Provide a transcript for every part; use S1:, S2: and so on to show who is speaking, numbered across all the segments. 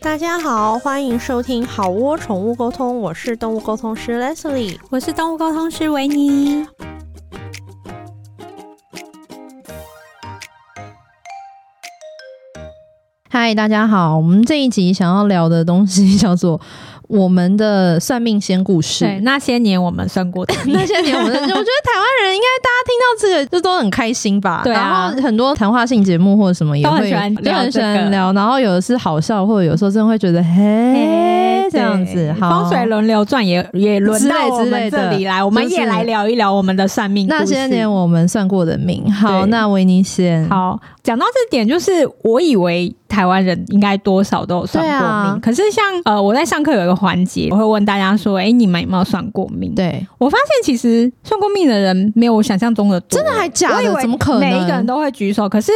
S1: 大家好，欢迎收听好窝宠物沟通，我是动物沟通师 Leslie。
S2: 我是动物沟通师维尼。
S3: 嗨，大家好，我们这一集想要聊的东西 叫做我们的算命仙故
S2: 对，
S3: 事。
S2: 那些年我们算 过的命
S3: 那些年我们，我觉得台湾人应该大家听到这个就 都很开心吧？
S2: 对啊
S3: 然后很多谈话性节目或者什么也
S2: 都
S3: 会
S2: 很喜欢
S3: 都
S2: 聊
S3: 很喜
S2: 这个
S3: 欢聊，然后有的是好笑，或者有时候真的会觉得
S2: 哎
S3: 嘿这
S2: 对
S3: 样子，好
S2: 风水轮流转也也轮到我
S3: 之
S2: 们
S3: 类之类
S2: 这
S3: 的
S2: 里来，我们
S3: 就是
S2: 也来聊一聊我们的算命故事
S3: 那些年我们算过的命。好，
S2: 对
S3: 那维尼先，
S2: 好，讲到这点，就是我以为台湾人应该多少都有算过
S3: 对啊
S2: 命，可是像呃，我在上课有一个环节，我会问大家说：“哎、你们有没有算过命？”
S3: 对，
S2: 我发现其实算过命的人没有我想象中的多，
S3: 真的还假
S2: 我以
S3: 的？
S2: 为
S3: 怎么可能？
S2: 每一个人都会举手，可是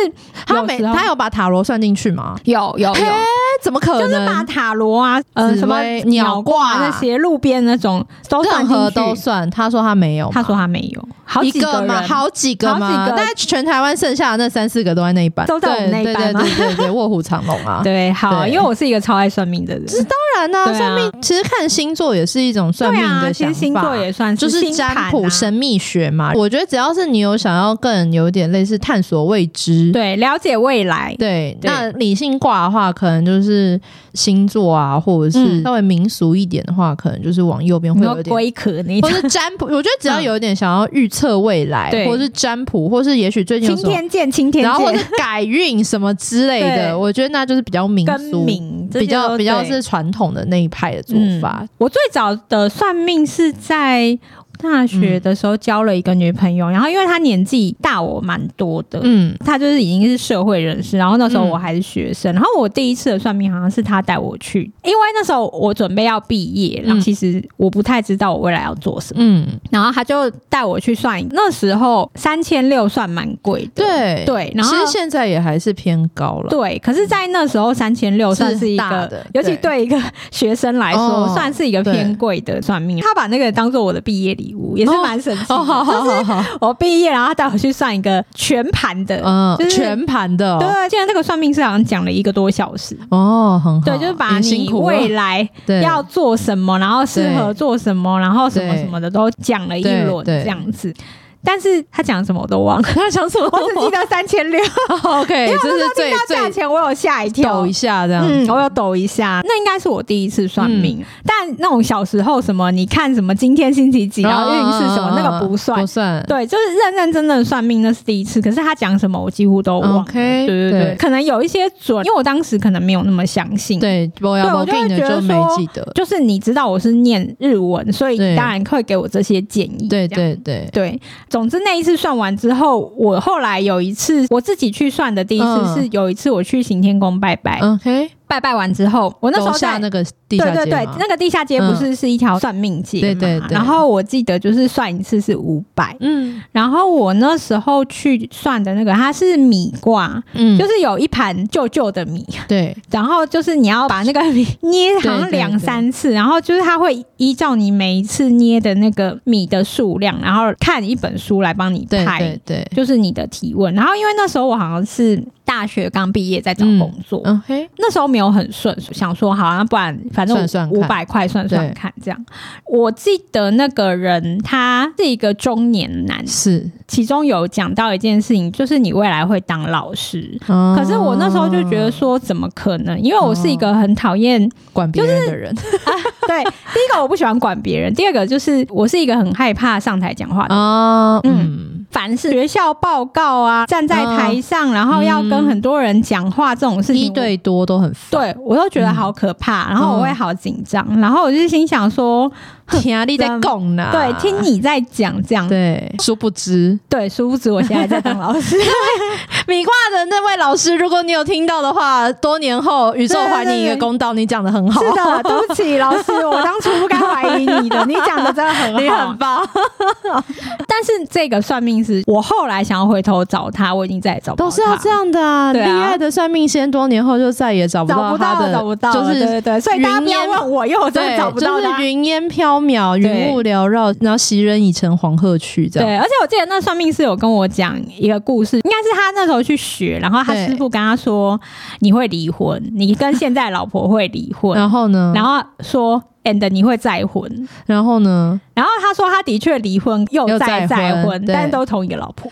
S3: 他每
S2: 有时候
S3: 他有把塔罗算进去吗？
S2: 有有
S3: 嘿哎，怎么可能？
S2: 就是把塔罗啊、呃
S3: 紫
S2: 什么
S3: 薇
S2: 鸟
S3: 鸟卦啊
S2: 那些路边那种都算
S3: 任
S2: 进
S3: 何
S2: 去
S3: 都算。他说他没有嘛，
S2: 他说他没有，好
S3: 一
S2: 几
S3: 个
S2: 人
S3: 嘛，好几个
S2: 好
S3: 嘛，
S2: 几个
S3: 大概全台湾剩下的那三四个都在那一班，
S2: 都在我们那一班吗
S3: 对对对对对，卧虎藏龙啊。
S2: 对，好，
S3: 对
S2: 因为我是一个超爱算命的人，
S3: 当然呢，
S2: 对啊
S3: 算命其实看星座也是一种算命
S2: 对啊，
S3: 的
S2: 其
S3: 想
S2: 实星
S3: 法
S2: 座。也算
S3: 就是
S2: 星盘
S3: 占
S2: 啊
S3: 卜、神秘学嘛，我觉得只要是你有想要更有点类似探索未知，
S2: 对，了解未来，
S3: 对，
S2: 对
S3: 那理性卦的话，可能就是星座啊，或者是
S2: 嗯
S3: 稍微民俗一点的话，可能就是往右边
S2: 你
S3: 会
S2: 说
S3: 有一点
S2: 龟壳那
S3: 或
S2: 种，
S3: 是占卜，我觉得只要
S2: 嗯
S3: 有一点想要预测未来，
S2: 对
S3: 或是占卜，或是也许最近
S2: 晴
S3: 有什么，
S2: 天见，晴天
S3: 然后或
S2: 见，
S3: 是改运什么之类
S2: 对
S3: 的，我觉得那就是比较民
S2: 更
S3: 俗，
S2: 名
S3: 比较比较。
S2: 这些都对嗯
S3: 是传统的那一派的做法。
S2: 我最早的算命是在大
S3: 嗯
S2: 学的时候交了一个女朋友，然后因为她年纪大我蛮多的，
S3: 嗯，
S2: 他就是已经是社会人士，然后那时候
S3: 嗯
S2: 我还是学生，然后我第一次的算命好像是他带我去，因为那时候我准备要毕业，然后
S3: 嗯
S2: 其实我不太知道我未来要做什么，
S3: 嗯，
S2: 然后他就带我去算，那时候三千六算蛮贵的，
S3: 对。
S2: 对，然后
S3: 其实现在也还是偏高了。
S2: 对，可是，在那时候三千六算是一
S3: 是大
S2: 个
S3: 的，
S2: 尤其
S3: 对
S2: 对一个学生来说，
S3: 哦
S2: 算是一个偏贵的算命。他把那个当做我的毕业礼物，也是蛮神奇的。
S3: 哦，好好
S2: 就是
S3: 好好，
S2: 我毕业，然后他带我去算一个全盘的，
S3: 嗯
S2: 就，是
S3: 全盘的哦
S2: 对，既然这个算命师好像讲了一个多小时。
S3: 哦，很好，
S2: 对，就是把
S3: 也辛
S2: 你
S3: 苦了
S2: 未来
S3: 对
S2: 要做什么，然后适合做什么，然后什么
S3: 对
S2: 什么的都讲了一
S3: 对
S2: 轮
S3: 对
S2: 这样子。但是他讲什么我都忘了，
S3: 他想什么
S2: 我只记得三千 六。
S3: ？OK，这是最
S2: 到价
S3: 最
S2: 钱我有吓一跳
S3: 抖一，下这样
S2: 嗯，我有抖一下。那应该是我第一次算
S3: 嗯
S2: 命，但那种小时候什么，你看什么今天星期几，然后运势
S3: 嗯
S2: 什么，那个不算
S3: 哦不。算。
S2: 对，就是认认真真的算命，那是第一次。可是他讲什么，我几乎都忘了。
S3: OK，
S2: 对对对，
S3: 对
S2: 可能有一些准，因为我当时可能没有那么相信。，
S3: 对，我
S2: 对
S3: 要
S2: 我
S3: 我
S2: 就会
S3: 定的
S2: 觉得
S3: 就没
S2: 说
S3: 记得。
S2: 就是你知道我是念日文，所以
S3: 对
S2: 当然会给我这些建议。
S3: 对
S2: 这样
S3: 对对，
S2: 对，总之那一次算完之后，我后来有一次我自己去算的，第一次
S3: 嗯
S2: 是有一次我去行天宫拜拜，
S3: OK，
S2: 拜拜完之后，我那时
S3: 楼
S2: 候在
S3: 下那个
S2: 对
S3: 地下
S2: 对
S3: 街
S2: 对，
S3: 吗嗯
S2: 那个地下街不是是一条算命街嘛、
S3: 对对对
S2: 然后我记得就是算一次是五百，
S3: 嗯
S2: 然后我那时候去算的那个它是米卦，
S3: 嗯，
S2: 就是有一盘旧旧的米，
S3: 对
S2: 然后就是你要把那个米捏好像
S3: 对对对
S2: 两三次，然后就是它会依照你每一次捏的那个米的数量，然后看一本书来帮你
S3: 对
S2: 排，
S3: 对对
S2: 就是你的提问。然后因为那时候我好像是大学刚毕业在找
S3: 嗯
S2: 工作，
S3: ，OK，
S2: 那时候没有很顺，想说好，啊那不然反正
S3: 算算
S2: 五
S3: 看
S2: 百块算算
S3: 对
S2: 看这样。我记得那个人他是一个中年男，
S3: 是。
S2: 其中有讲到一件事情，就是你未来会当老师。
S3: 可
S2: 可是我那时候就觉得说，怎么可能？因为我是一个很讨厌，
S3: 管别人的人
S2: 对，第一个我不喜欢管别人，第二个就是我是一个很害怕上台讲话的。
S3: 啊，嗯，
S2: 凡是学校报告啊，站在台上，然后要跟
S3: 嗯
S2: 很多人讲话这种事情，
S3: 一对嗯多都很烦。
S2: 对我都觉得好可怕，然后我会好紧张，然后我就心想说，
S3: 听啊你在供呢，
S2: 对，听你在讲这样，
S3: 对，殊不知
S2: 对，殊不知我现在在当老师，
S3: 米卦的那位老师，如果你有听到的话，多年后宇宙
S2: 对对
S3: 还你一
S2: 对
S3: 个
S2: 对
S3: 公道，你讲的很好，
S2: 是的，对不 起，老师，我当初不该怀疑你的，你讲的真的很好，
S3: 你很棒。
S2: 但但是这个算命师，我后来想要回头找他，我已经再也找不到
S3: 都是要
S2: 他
S3: 这样的啊！厉
S2: 对啊
S3: 害的算命仙多年后就再也找不
S2: 找
S3: 到
S2: 不
S3: 他
S2: 到，
S3: 的，
S2: 找不到，
S3: 就是
S2: 对对对，所以大家不要
S3: 云烟
S2: 问我，因为我真的
S3: 对，
S2: 找不到他
S3: 就是。云烟飘渺，云雾缭绕，然后袭人已成黄鹤去这样。
S2: 对，而且我记得那算命师有跟我讲一个故事，应该是他那时候去学，然后他
S3: 对
S2: 师傅跟他说：“你会离婚，你跟现在老婆会离 婚。
S3: 然后呢？
S2: 然
S3: 后
S2: 后说，and 你会再婚。
S3: 然后呢？
S2: 然后他说他的确离婚又
S3: 又
S2: 再
S3: 再
S2: 再
S3: 婚
S2: 婚，
S3: 对
S2: 但都同一个老婆。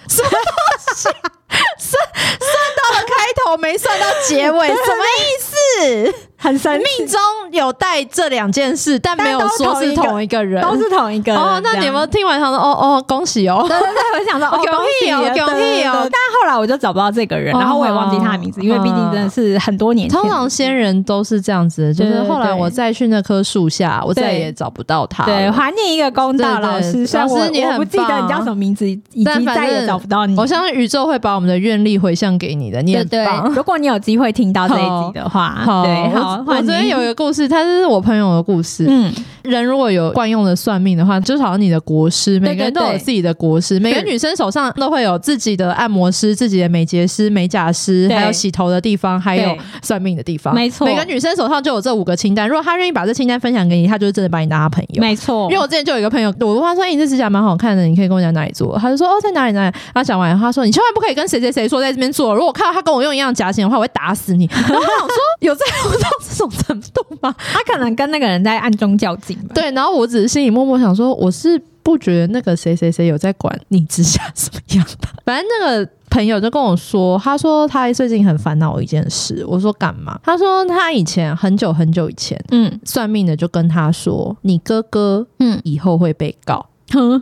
S3: 开头没算到结 尾，什么意思？
S2: 很神秘，
S3: 命中有带这两件事，但没有说是同一个人，
S2: 都是同一个人
S3: 哦。那
S2: 这样
S3: 你们听完想说，哦哦，恭喜哦，
S2: 对对对，我想说，哦，
S3: 恭喜哦
S2: 对
S3: 恭喜哦
S2: 对对但后来我就找不到这个人，
S3: 哦
S2: 然后我也忘记他的名字，因为毕竟真的是很多年前。
S3: 通常先人都是这样子的，就
S2: 对
S3: 是
S2: 对
S3: 后来
S2: 对
S3: 我再去那棵树下，我再
S2: 对
S3: 也找不到他了。
S2: 对，还你一个公道，
S3: 对对
S2: 老师。虽然我
S3: 老师你很
S2: 我不记得
S3: 棒
S2: 你啊叫什么名字，以
S3: 但
S2: 及
S3: 反
S2: 再也
S3: 正
S2: 找不到你。
S3: 我相信宇宙会把我们的愿力回向给你的，你
S2: 对
S3: 很
S2: 嗯对
S3: 棒。，
S2: 如果你有机会听到这一集的话，对，好，
S3: 我我
S2: 换
S3: 昨天
S2: 你
S3: 有一个故事，它是我朋友的故事。
S2: 嗯，
S3: 人如果有惯用的算命的话，就是好像你的国师，每个人都有
S2: 对
S3: 自己的 国师，每个女生手上都会有自己的按摩师、自己的美睫师、美甲师，
S2: 对
S3: 还有洗头的地方，还有
S2: 对
S3: 算命的地方。
S2: 没错
S3: 每个女生手上就有这五个清单。如果她愿意把这清单分享给你，她就是真的把你当她朋友。
S2: 没错，
S3: 因为我之前就有一个朋友，我问他说：“哎、你这指甲蛮好看的，你可以跟我讲哪里做？”他就说：“哦，在哪里哪里。”他讲完，他说：“你千万不可以跟谁谁谁说在这边做，如果我看到他跟我用一样的夹钱的话，我会打死 你。”然后我想说：“有在乎到这种程度吗
S2: 他可能跟那个人在暗中较劲吧？”。
S3: 对，然后我只是心里默默想说：“我是不觉得那个谁谁谁有在管你指甲怎么样吧。” 反正那个。朋友就跟我说，他说他最近很烦恼一件事。我说干嘛？他说他以前很久很久以前
S2: 嗯
S3: 算命的就跟他说，你哥哥
S2: 嗯
S3: 以后会被告。
S2: 哼，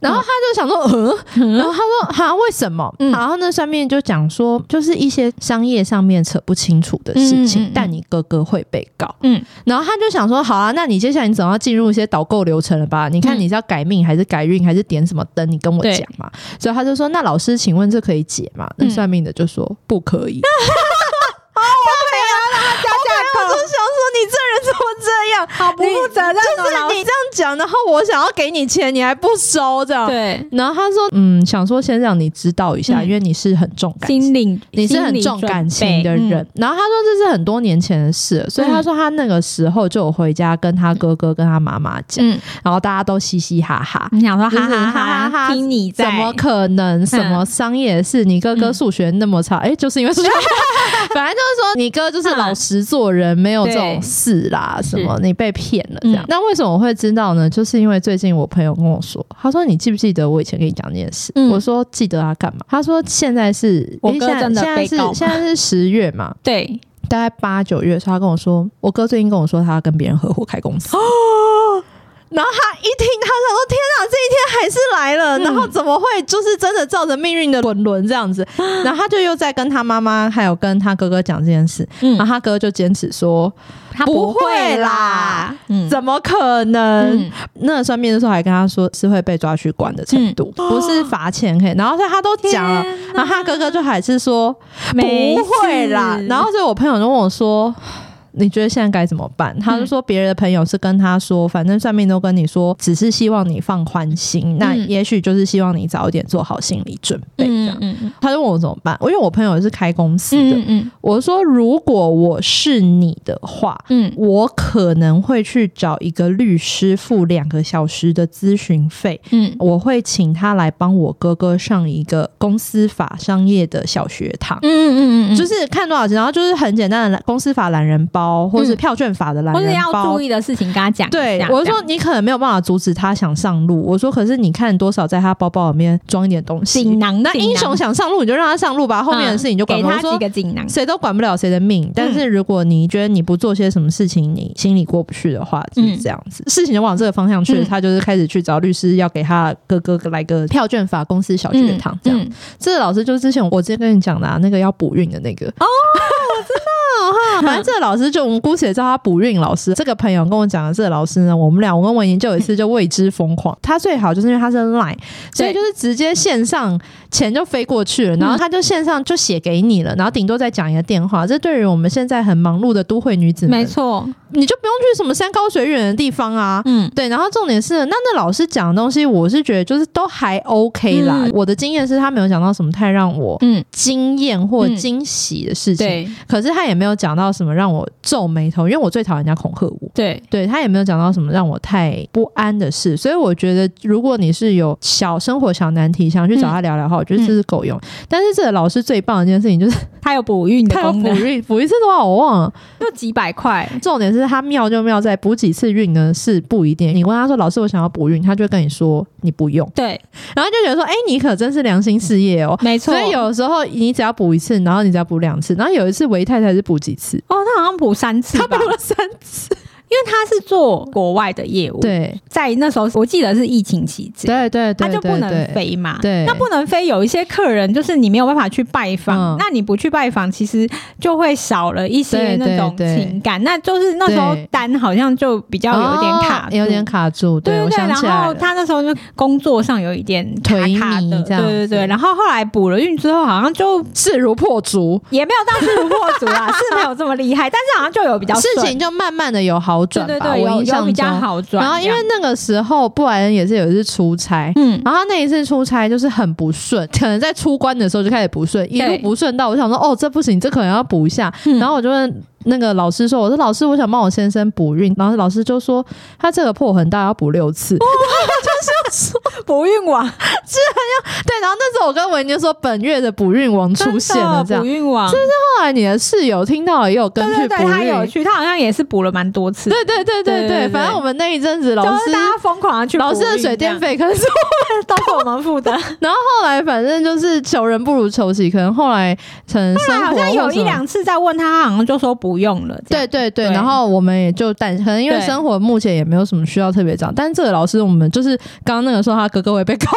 S3: 然后他就想说，嗯，然后他说，哈，为什么？
S2: 嗯
S3: 然后那上面就讲说，就是一些商业上面扯不清楚的事
S2: 嗯嗯
S3: 情，
S2: 嗯
S3: 但你哥哥会被告，
S2: 嗯，
S3: 然后他就想说，好啊，那你接下来你总要进入一些导购流程了吧？你看
S2: 嗯
S3: 你是要改命还是改运还是点什么灯？你跟我
S2: 对
S3: 讲嘛。所以他就说，那老师，请问这可以解吗？那
S2: 嗯
S3: 算命的就说不可以。
S2: 大
S3: 我就想说，你这人怎么这样？
S2: 好不负责任
S3: 就是
S2: 哦，老
S3: 你
S2: 师
S3: 这样讲，然后我想要给你钱，你还不收，这样
S2: 对
S3: 然后他说，嗯，想说先让你知道一下，
S2: 嗯
S3: 因为你是很重感
S2: 心
S3: 情，
S2: 领
S3: 你是很
S2: 心理
S3: 重
S2: 准
S3: 感情的
S2: 备嗯
S3: 人。然后他说这是很多年前的事了，所以他说他那个时候就有回家跟他哥哥跟他妈妈讲，
S2: 嗯，嗯
S3: 然后大家都嘻嘻哈哈。
S2: 你想说
S3: 就
S2: 哈
S3: 是
S2: 哈
S3: 哈哈哈
S2: 哈，听你在
S3: 怎么可能？什么商业是你哥哥
S2: 嗯
S3: 数学那么差？哎、就是因为 数学，反正就是说你哥就是老实做人，没有这种
S2: 对
S3: 事啦，什么你被骗了这
S2: 嗯
S3: 样。那为什么我会知道呢？就是因为最近我朋友跟我说，他说你记不记得我以前跟你讲这件事？
S2: 嗯
S3: 我说记得啊，干嘛？他说现在是，
S2: 我
S3: 诶
S2: 哥
S3: 现在
S2: 真的
S3: 现在
S2: 被
S3: 是
S2: 告吗
S3: 现在是十月嘛，
S2: 对，
S3: 大概八九月的时候，他跟我说，我哥最近跟我说他要跟别人合伙 开公司。然后他一听，他想说：“天啊，这一天还是来了。
S2: 嗯
S3: 然后怎么会就是真的照着命运的滚轮这 样子？然后他就又在跟他妈妈还有跟他哥哥讲这件事，然
S2: 嗯，
S3: 后他哥就坚持说
S2: 他
S3: 不会
S2: 会
S3: 啦，
S2: 嗯，：“
S3: 怎么可能？”那个算命的时候还跟他说是会被抓去关的程度，不是罚钱可以。然后所以他都讲了，
S2: 嗯天
S3: 然后他哥哥就还是说：“
S2: 没
S3: 不会啦
S2: 事。
S3: 然后所以我朋友就问我说。你觉得现在该怎么办？他就说别人的朋友是跟他说，反正算命都跟你说，只是希望你放宽心，那
S2: 嗯
S3: 也许就是希望你早一点做好心理准备。这样，
S2: 嗯嗯
S3: 他就问我怎么办，因为我朋友是开公司的，
S2: 嗯嗯
S3: 我说如果我是你的话，
S2: 嗯
S3: 我可能会去找一个律师付两个小时的咨询费，
S2: 嗯
S3: 我会请他来帮我哥哥上一个公司法商业的小学堂。
S2: 嗯嗯，
S3: 就是是看多少钱，然后就是很简单的公司法懒人包，或是票券法的懒
S2: 嗯或者
S3: 人
S2: 要
S3: 包。
S2: 注意的事情跟他讲。
S3: 对，我说你可能没有办法阻止他想上路。我说，可是你看多少在他包包里面装一点东
S2: 锦
S3: 西。
S2: 囊，
S3: 那英雄想上路，你就让他上路吧，后面的事情你就
S2: 嗯
S3: 管
S2: 给
S3: 不了。
S2: 他
S3: 我
S2: 几
S3: 说
S2: 个锦囊。
S3: 谁都管不了谁的命，但是如果你觉得你不做些什么事情，你心里过不去的话，就是这样子。事情就往这个方向去了，
S2: 嗯
S3: 他就是开始去找律师，要给他哥哥来个票券法公司小学堂这样。这个老师就是之前我之前跟你讲的、啊、那个要补运的那个哦，我知哈，反正这个老师就我们姑且叫他补运老师。这个朋友跟我讲的这个老师呢，我们俩我跟文莹就有一次就为之疯狂。他最好就是因为他是 Line，所以就是直接线上钱就飞过去了，然后他就线上就写给你了，然后顶多再讲一个电话。这对于我们现在很忙碌的都会女子
S2: 没
S3: 们，
S2: 错，
S3: 你就不用去什么山高水远的地方啊。
S2: 嗯，
S3: 对，然后重点是，那那老师讲的东西，我是觉得就是都还 OK 啦。
S2: 嗯
S3: 我的经验是他没有讲到什么太让我
S2: 嗯，
S3: 惊艳或
S2: 嗯
S3: 惊喜的事情，
S2: 对
S3: 可是他也没有讲到什么让我皱眉头，因为我最讨厌人家恐吓我。
S2: 对，
S3: 对他也没有讲到什么让我太不安的事，所以我觉得如果你是有小生活小难题想去
S2: 嗯
S3: 找他聊聊的话，我觉得这是够用。但是这个老师最棒的一件事情就是
S2: 它有补运的
S3: 他要
S2: 功
S3: 补
S2: 能，
S3: 运补一次多少我忘了，
S2: 就几百块，
S3: 重点是他妙就妙在补几次运呢是不一定。你问他说老师我想要补运，他就会跟你说你不用，
S2: 对，
S3: 然后就觉得说哎、你可真是良心事业 哦。
S2: 没错。
S3: 所以有时候你只要补一次，然后你只要补两次，然后有一次维泰才是补几次，
S2: 哦，他好像补三次
S3: 他
S2: 吧
S3: 补，了三次。
S2: 因为他是做国外的业务，，
S3: 对
S2: 在那时候我记得是疫情期间，
S3: 对对对，
S2: 他就
S3: 对
S2: 不能
S3: 对
S2: 飞嘛。
S3: 对
S2: 那不能飞，有一些客人就是你没有办法去拜访，
S3: 嗯
S2: 那你不去拜访，其实就会少了一些
S3: 对
S2: 那种
S3: 对嗯对
S2: 情感。那就是那时候
S3: 对
S2: 单好像就比较有一点卡
S3: 哦
S2: 住，
S3: 有点。卡住。
S2: 对
S3: 我
S2: 对对，
S3: 想
S2: 然
S3: 起来
S2: 后
S3: 了
S2: 他那时候就工作上有一点卡卡
S3: 颓
S2: 的，
S3: 靡这样
S2: 对对
S3: 子
S2: 对。然后后来补了运之后，好像就
S3: 势如破竹，
S2: 也没有到势如破竹 啦，是没有这么厉害，但是好像就有比较
S3: 事
S2: 顺
S3: 情就慢慢的有好
S2: 对
S3: 转吧。
S2: 对对，
S3: 我
S2: 有
S3: 印
S2: 有比
S3: 象
S2: 较
S3: 中。
S2: 好转。
S3: 然后因为
S2: 这样
S3: 那个时候布莱恩也是有一次出差。
S2: 嗯，
S3: 然后他那一次出差就是很不顺，可能在出关的时候就开始不顺，一路
S2: 对
S3: 不顺到我想说，哦，这不行，这可能要补一下。
S2: 嗯
S3: 然后我就问那个老师说，我说老师，我想帮我先生补运，然后老师就说他这个破很大，要补六次。
S2: 哦不运网
S3: 对，然后那时候我跟文娟说，本月的补运王出现了，这样
S2: 不。运网，
S3: 后来你的室友听到了也有跟
S2: 对
S3: 去
S2: 对
S3: 补
S2: 对，他有
S3: 运，
S2: 去，他好像也是补了蛮多次，
S3: 对对
S2: 对
S3: 对对
S2: 对
S3: 对，
S2: 对
S3: 反正我们那一阵子老
S2: 就是
S3: 师
S2: 大家疯狂的去补
S3: 老
S2: 运
S3: 师
S2: 这样。
S3: 的 水电费可能是
S2: 都是我们付的， 后
S3: 后来反正就是求人不如求己，可能后来成生
S2: 来
S3: 活
S2: 好像有
S3: 或什
S2: 一
S3: 么
S2: 两次在问他，他好像就说不用了。这样
S3: 对，对对，
S2: 对
S3: 然后我们也就但可能因为
S2: 对
S3: 生活目前也没有什么需要特别讲，但是这个老师我们就是刚刚那个说他哥哥会被告，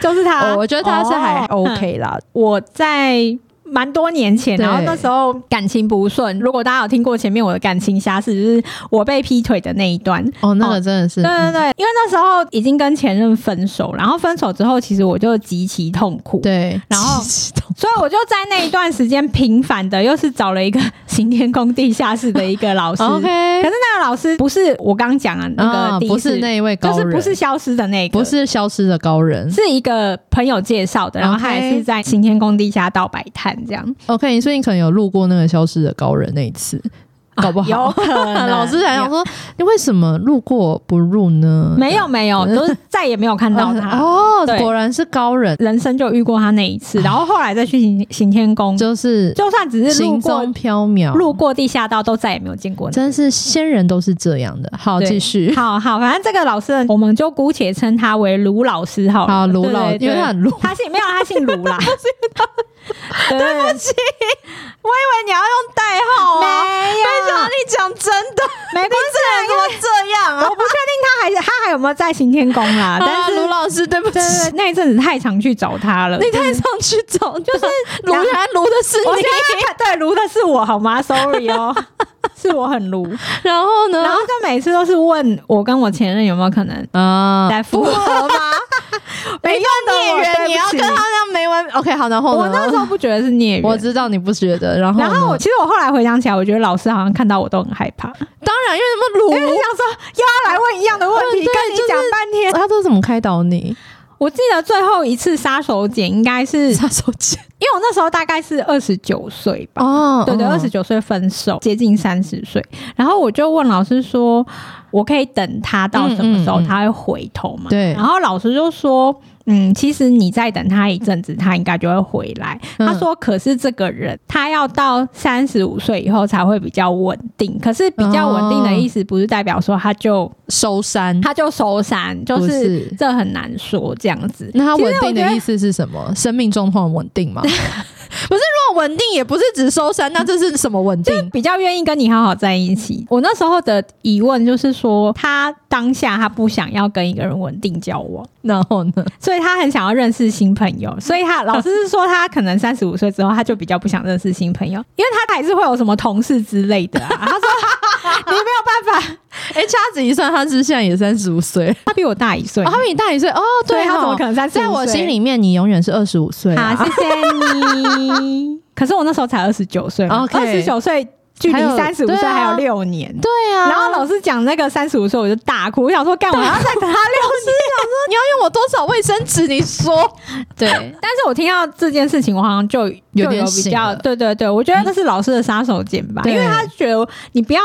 S2: 就是他，
S3: 我觉得他是还
S2: 哦
S3: OK 啦，
S2: 我在。蛮多年前，
S3: 对
S2: 然后那时候感情不顺。如果大家有听过前面我的感情瞎事，就是我被劈腿的那一段。
S3: 哦，那个真的是
S2: 对对对，因为那时候已经跟前任分手，然后分手之后，其实我就极其痛苦。
S3: 对，
S2: 然 后
S3: 激动
S2: 所以我就在那一段时间频繁的，又是找了一个行天宫地下室的一个老师。可
S3: OK，
S2: 是那个老师不是我刚讲啊，哦那
S3: 啊，
S2: 个第
S3: 不
S2: 一次、
S3: 是那一位
S2: 就
S3: 高
S2: 是
S3: 人，
S2: 不是消失的那个，
S3: 不是消失的高人
S2: 是一个朋友介绍的，然后他
S3: OK
S2: 也是在行天宫地下道摆摊这样，
S3: ，OK，所以你可能有路过那个消失的高人那一次， 搞不好
S2: 啊有可能
S3: 老师还想说，你为什么路过不入呢？
S2: 没有没 有，就是再也没有看到他。
S3: 哦，
S2: 对
S3: 果然是高人，
S2: 人生就遇过他那一次，然后后来再去行行天宫，就
S3: 就是
S2: 算只是路
S3: 行
S2: 过
S3: 踪缥缈，
S2: 路过地下道，都再也没有见过你。
S3: 真是先人都是这样的。好，
S2: 对
S3: 继续。
S2: 好好，反正这个老师，我们就姑且称他为卢老师好了。
S3: 好，卢老，
S2: 对对对
S3: 因为他很卢，
S2: 他姓没有，他姓卢 啦。 对不起，
S3: 我以为你要用代号
S2: 啊没
S3: 为什么
S2: 有，
S3: 你讲真的？
S2: 没关系啊，因为
S3: 这样
S2: 我？不确定他还他还有没有在行天宫啦，但
S3: 啊，
S2: 是
S3: 卢老师，对不起
S2: 对，对对，那一阵子太常去找他了。
S3: 你太上去找，就是 卢
S2: 然后
S3: 然卢的是
S2: 我
S3: 你
S2: 现。在看对卢的是我好吗？Sorry 哦，是我很卢。
S3: 然后呢
S2: 然？后就每次都是问我跟我前任有没有可能
S3: 啊，
S2: 来复合 吗？没用
S3: 孽
S2: 的，
S3: 缘，你要跟他
S2: 他。
S3: 那没完。OK，好，然后
S2: 我那时
S3: 呢？
S2: 候不觉得是孽缘，
S3: 我知道你不觉得，然后
S2: 然后我
S3: 呢
S2: 其实我后来回想起来，我觉得老师好像看到我都很害 怕，
S3: 当然因为什么
S2: 因为想
S3: 卢
S2: 说又要来问一样的问题，
S3: 嗯对
S2: 跟你讲半天。
S3: 他都怎么开导你？
S2: 我记得最后一次杀手锏应该是，因
S3: 杀手锏
S2: 为我那时候大概是二十九岁吧，
S3: 哦
S2: 对对，二十九岁分手，接近三十岁。然后我就问老师说，我可以等他到什么时候
S3: 嗯嗯嗯
S2: 他会回头嘛？
S3: 对
S2: 然后老师就说，嗯，其实你再等他一阵子，他应该就会回来。
S3: 嗯
S2: 他说，可是这个人他要到三十五岁以后才会比较稳定。可是比较稳定
S3: 哦
S2: 的意思，不是代表说他就
S3: 收山，
S2: 他就收山，就
S3: 不
S2: 是
S3: 是
S2: 这很难说这样子。
S3: 那他
S2: 其实
S3: 稳定
S2: 我觉
S3: 的
S2: 得
S3: 意思是什么？生命状况稳定吗？不是，如果稳定也不是只收山，那这是什么稳定？
S2: 比较愿意跟你好好在一起。我那时候的疑问就是说，他当下他不想要跟一个人稳定交往，
S3: 然后呢？
S2: 所以他很想要认识新朋友。所以他老师是说，他可能三十五岁之后，他就比较不想认识新朋友，因为他还是会有什么同事之类的、 啊。他说你没有办法，
S3: 哎、掐指一算，他是现在也三十五岁，
S2: 他比我大一岁，
S3: 哦，他比你大一岁哦，
S2: 所
S3: 对
S2: 以他
S3: 哦
S2: 怎么可能三十？
S3: 在我心。里面，你永远是二十五岁啊
S2: 好，谢谢 你。可是我那时候才二十九岁嘛，
S3: OK
S2: 二十九岁距
S3: 还
S2: 离
S3: 有
S2: 三十五岁
S3: 对啊
S2: 还有六年。
S3: 对啊，
S2: 然后老师讲那个三十五岁，我就大哭，我想说干嘛要再等他六
S3: 你要用我多少卫生纸？你说，
S2: 年？对，但是我听到这件事情，我好像就
S3: 有
S2: 就
S3: 点
S2: 比
S3: 醒
S2: 较，
S3: 了嗯
S2: 对对对，我觉得这是老师的杀手锏吧，
S3: 对
S2: 因为他觉得你不要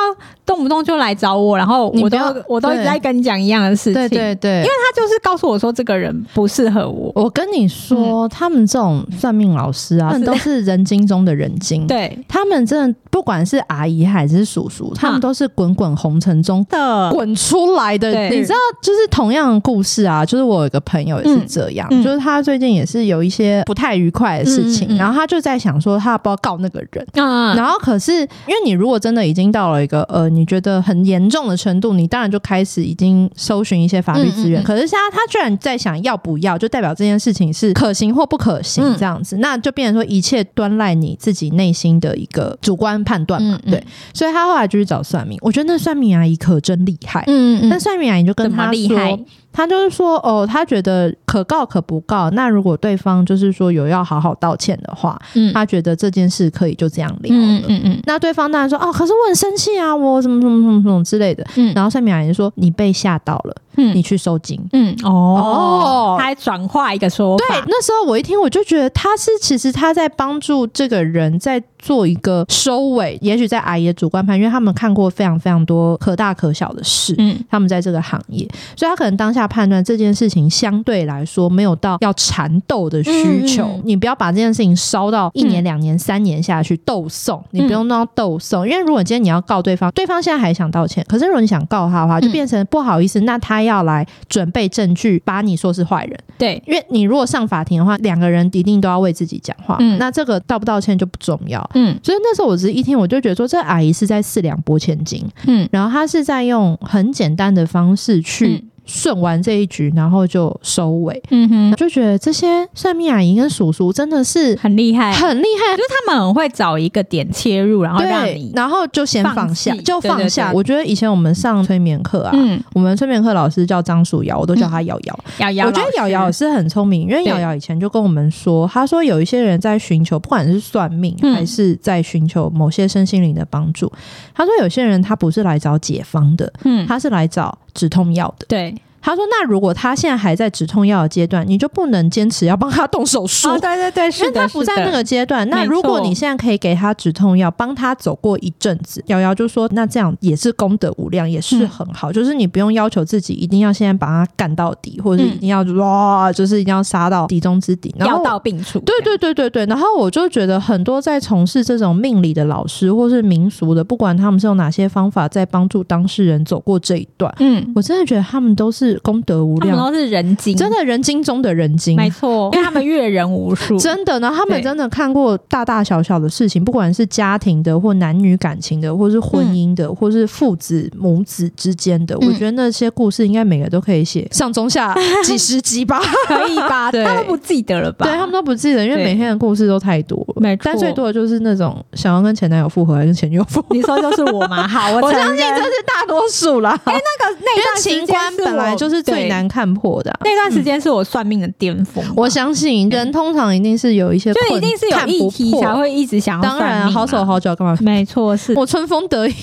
S2: 动不动就来找我，然后
S3: 你
S2: 我
S3: 不
S2: 都
S3: 要
S2: 我都一直
S3: 对
S2: 在跟你讲一样的事情，
S3: 对对对，因为
S2: 他就是告诉我说这个人不适合我，
S3: 我跟你说，他们这种算命老师啊，
S2: 嗯
S3: 都是人精中的人精。，
S2: 对
S3: 他们真的不管是阿姨还是叔叔，他们都是滚滚红尘中
S2: 的，
S3: 滚出来的。
S2: 对
S3: 你知道，就是同样的故事啊，就是我有一个朋友也是这样，
S2: 嗯嗯
S3: 就是他最近也是有一些不太愉快的事情，
S2: 嗯嗯嗯
S3: 然后他就在想说，他不知道告那个人。
S2: 嗯，
S3: 然后可是，因为你如果真的已经到了一个呃，你觉得很严重的程度，你当然就开始已经搜寻一些法律资源。
S2: 嗯嗯嗯
S3: 可是他他居然在想要不要，就代表这件事情是可行或不可行
S2: 嗯
S3: 这样子，那就变成说一切端赖你自己内心的一个主观判断嘛。
S2: 嗯嗯
S3: 对，所以他后来就去找算命，我觉得那算命阿姨可真厉害。
S2: 嗯
S3: 那算命阿姨就跟
S2: 怎么
S3: 他
S2: 厉
S3: 说
S2: 害，？
S3: 他就是说，哦，他觉得可告可不告。那如果对方就是说有要好好道歉的话，
S2: 嗯
S3: 他觉得这件事可以就这样聊了。
S2: 嗯嗯嗯
S3: 那对方当然说哦，可是我很生气啊，我怎么怎么怎么怎么之类的。
S2: 嗯
S3: 然后算命阿姨就说你被吓到了，
S2: 嗯
S3: 你去收金。
S2: 嗯
S3: 哦
S2: 他还转化一个说
S3: 对
S2: 法，，
S3: 那时候我一听，我就觉得他是其实他在帮助这个人在做一个收尾，也许在阿姨的主观判，因为他们看过非常非常多可大可小的事，
S2: 嗯
S3: 他们在这个行业，所以他可能当下判断这件事情相对来说没有到要缠斗的需求。
S2: 嗯
S3: 你不要把这件事情烧到一
S2: 嗯
S3: 年、两年、三年下去斗送，你
S2: 嗯
S3: 不用弄到斗送，因为如果今天你要告对方，对方现在还想道歉，可是如果你想告他
S2: 嗯
S3: 的话，就变成不好意思，那他要来准备证据，把你说是坏人。
S2: 对，
S3: 因为你如果上法庭的话，两个人一定都要为自己讲话，
S2: 嗯
S3: 那这个道不道歉就不重要。
S2: 嗯
S3: 所以那时候我只是一听，我就觉得说，这阿姨是在四两拨千斤，
S2: 嗯
S3: 然后他是在用很简单的方式去
S2: 嗯
S3: 顺完这一局，然后就收尾。
S2: 嗯哼，
S3: 就觉得这些算命阿姨跟叔叔真的是
S2: 很厉害，
S3: 很厉害，
S2: 就是他们很会找一个点切入，哎然后让
S3: 对
S2: 你，
S3: 然后就先放下，
S2: 放弃
S3: 就放下。
S2: 对对对
S3: 我觉得以前我们上催眠课啊，
S2: 嗯，
S3: 我们催眠课老师叫张树瑶，我都叫他瑶瑶。
S2: 瑶瑶，
S3: 我觉得瑶瑶也，是很聪明，因为
S2: 对
S3: 瑶瑶以前就跟我们说，她说有一些人在寻求，不管是算命
S2: 嗯
S3: 还是在寻求某些身心灵的帮助，她说有些人他不是来找解方的，
S2: 嗯，
S3: 他是来找止痛药的。
S2: 对，
S3: 他说：“那如果他现在还在止痛药的阶段，你就不能坚持要帮他动手术，
S2: 哦对对对，
S3: 因为他不在那，个阶段。
S2: 没错
S3: 那如果你现在可以给他止痛药，帮他走过一阵子，瑶瑶就说，那这样也是功德无量，也是很
S2: 嗯
S3: 好。就是你不用要求自己一定要现在把他干到底，或
S2: 嗯
S3: 者是一定要哇、就是一定要杀到底中之底，然
S2: 药
S3: 后
S2: 到病除，
S3: 对对对对对，然后我就觉得很多在从事这种命理的老师或是民俗的，不管他们是用哪些方法在帮助当事人走过这一段，
S2: 这样，嗯，
S3: 我真的觉得他们都是功德无
S2: 他们
S3: 量，
S2: 都是人精，
S3: 真，的人精中的人精。
S2: 没错，因为他们阅人无数，
S3: 真的，然后他们
S2: 对
S3: 真的看过大大小小的事情，不管是家庭的，或男女感情的，或是婚姻的，或是父子母子之间的。
S2: 嗯
S3: 我觉得那些故事应该每个都可以写上中下 几十集吧。
S2: 可以吧？
S3: 对
S2: 他都不记得了吧？
S3: 对他们都不记得，因为
S2: 对
S3: 每天的故事都太多了。
S2: 没错
S3: 但 最多的就是那种想要跟前男友复合还是前女友复合，
S2: 你说就是我吗？好，我
S3: 我
S2: 承
S3: 相信
S2: 认
S3: 这是大多数啦。 因为
S2: 那个那段时间
S3: 情关
S2: 是我
S3: 本来就是最。
S2: 对
S3: 难看破的啊、
S2: 那段时间是我算命的巅峰吧，
S3: 我相信人通常一定是有一些
S2: 就
S3: 困，
S2: 一定是有
S3: 看不
S2: 议题
S3: 破
S2: 才。会一直想要
S3: 当然啊、
S2: 算命嘛
S3: 好手好脚干嘛
S2: 没错，是
S3: 我春风得意，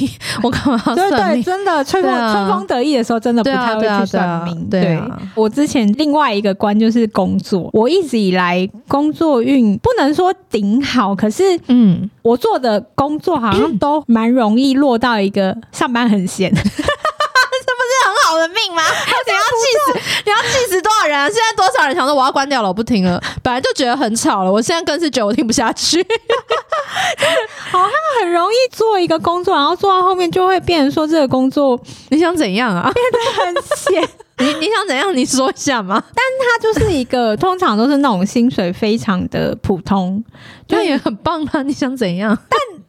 S3: 我干嘛要
S2: 对
S3: 算
S2: 对，
S3: 命？
S2: 真的春风、
S3: 对啊
S2: 春风得意的时候，真的不
S3: 对啊
S2: 太会
S3: 对啊
S2: 去算命。
S3: 对啊对啊
S2: 我之前另外一个关就是工作，我一直以来工作运不能说顶好，可是
S3: 嗯，
S2: 我做的工作好像都蛮容易落到一个上班很 闲。
S3: 好的命吗？你要气死，你要气死多少人、啊？现在多少人想说我要关掉了，我不听了。本来就觉得很吵了，我现在更是觉得我听不下去。
S2: 很容易做一个工作，然后做到后面就会变成说这个工作
S3: 你想怎样 啊？
S2: 很闲。
S3: 你你想怎样？你说一下嘛。
S2: 他就是一个通常都是那种薪水非常的普通，
S3: 就也很棒啊！你想怎样？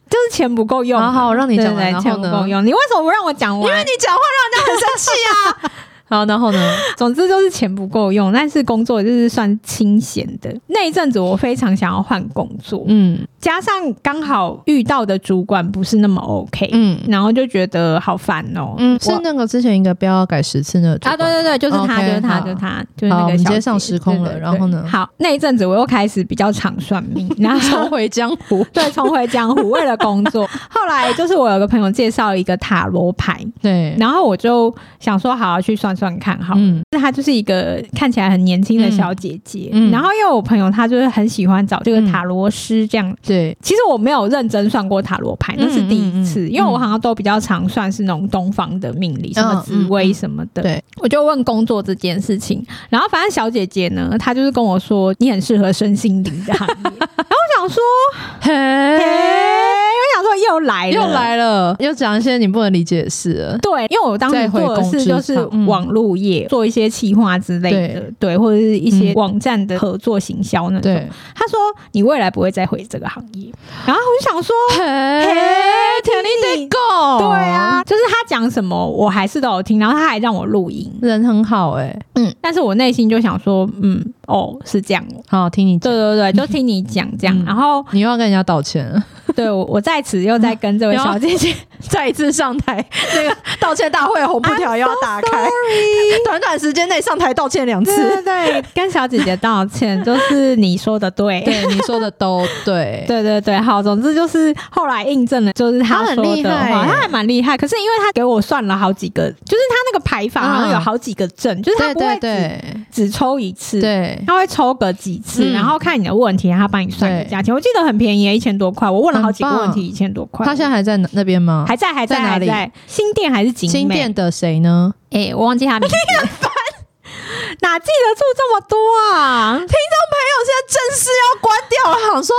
S2: 就是钱不够用。
S3: 好好，我让你
S2: 对
S3: 讲
S2: 对
S3: 完，
S2: 对，
S3: 然
S2: 钱
S3: 后
S2: 不
S3: 呢哎
S2: 够？用。你为什么不让我讲完？因 为你
S3: 讲话让人家很生气啊！ 好，然后呢？
S2: 总之就是钱不够用，但是工作就是算清闲的。那一阵子我非常想要换工作，
S3: 嗯
S2: 加上刚好遇到的主管不是那么 OK，、
S3: 嗯
S2: 然后就觉得好烦哦、
S3: 嗯，
S2: 我
S3: 是那个之前应该不要改十次那个主
S2: 啊，
S3: 管
S2: 对对对，就是他
S3: OK，
S2: 就是他，
S3: 好
S2: 就是他，就是
S3: 好
S2: 那
S3: 我
S2: 个
S3: 们
S2: 小
S3: 直接
S2: 姐
S3: 上时空
S2: 对对
S3: 了
S2: 对
S3: 然后呢
S2: 好，那一阵子我又开始比较常算命， 然后
S3: 重回江湖。
S2: 对重回江湖，为了工作。后来就是我有个朋友介绍一个塔罗牌，
S3: 对，
S2: 然后我就想说，好好去算算看好了。
S3: 嗯
S2: 她就是一个看起来很年轻的小姐姐，
S3: 嗯嗯嗯
S2: 然后因为我朋友她就是很喜欢找这个塔罗师这样。
S3: 对，
S2: 其实我没有认真算过塔罗牌，那是第一次，
S3: 嗯嗯嗯
S2: 因为我好像都比较常算是那种东方的命理，什么紫
S3: 嗯嗯
S2: 薇
S3: 嗯
S2: 什么的。
S3: 对，
S2: 我就问工作这件事情，然后反正小姐姐呢，她就是跟我说，你很适合身心灵的行 业。然后我想说，嘿，
S3: 嘿，
S2: 我想说又来了，
S3: 又。来了，又讲一些你不能理解的事了。
S2: 对，因为我当时做的事就是
S3: 嗯
S2: 网络业，做一些企划之类的，对，或者是一些网站的合作行销那种。
S3: 对，
S2: 他说你未来不会再回这个行业，然后我就想说，
S3: 嘿，
S2: 听
S3: 你得够，
S2: 对，啊，就是他讲什么我还是都有听，然后他还让我录音，
S3: 人很好哎，
S2: 嗯，但是我内心就想说，嗯，哦，是这样哦。
S3: 好，听你
S2: 对
S3: 讲，
S2: 对对，就听你讲这样，
S3: 嗯
S2: 然后
S3: 你又要跟人家道歉了，
S2: 对我我在此又在跟 这位小姐姐
S3: 再一次上 台，那个道歉大会红布条又要打开，短短时间内上台道歉两
S2: 对对对，跟小姐姐道 歉，就是你说的对，
S3: 对，你说的都对，
S2: 对对对，好，总之就是后来印证了，就是他
S3: 他很
S2: 说
S3: 厉
S2: 的
S3: 害
S2: 话，
S3: 耶
S2: 他还蛮厉害。可是因为他给我算了好几个，就是他那个排法好像有好几个阵，就是他
S3: 对
S2: 不会
S3: 对
S2: 只
S3: 对
S2: 只抽一次，
S3: 对，
S2: 他会抽个几次，
S3: 嗯
S2: 然后看你的问题，他帮你算个
S3: 对
S2: 价钱。我记得很便宜，一千多块。我问了好几个
S3: 很棒
S2: 问题，一千多块。
S3: 他现在还欸在那那边吗？
S2: 还在还在
S3: 在哪
S2: 还
S3: 里
S2: 在新店还是景美？
S3: 新店的谁呢？
S2: 哎、我忘记他名字。哪记得住这么多啊？
S3: 我现在正式要关掉了，想说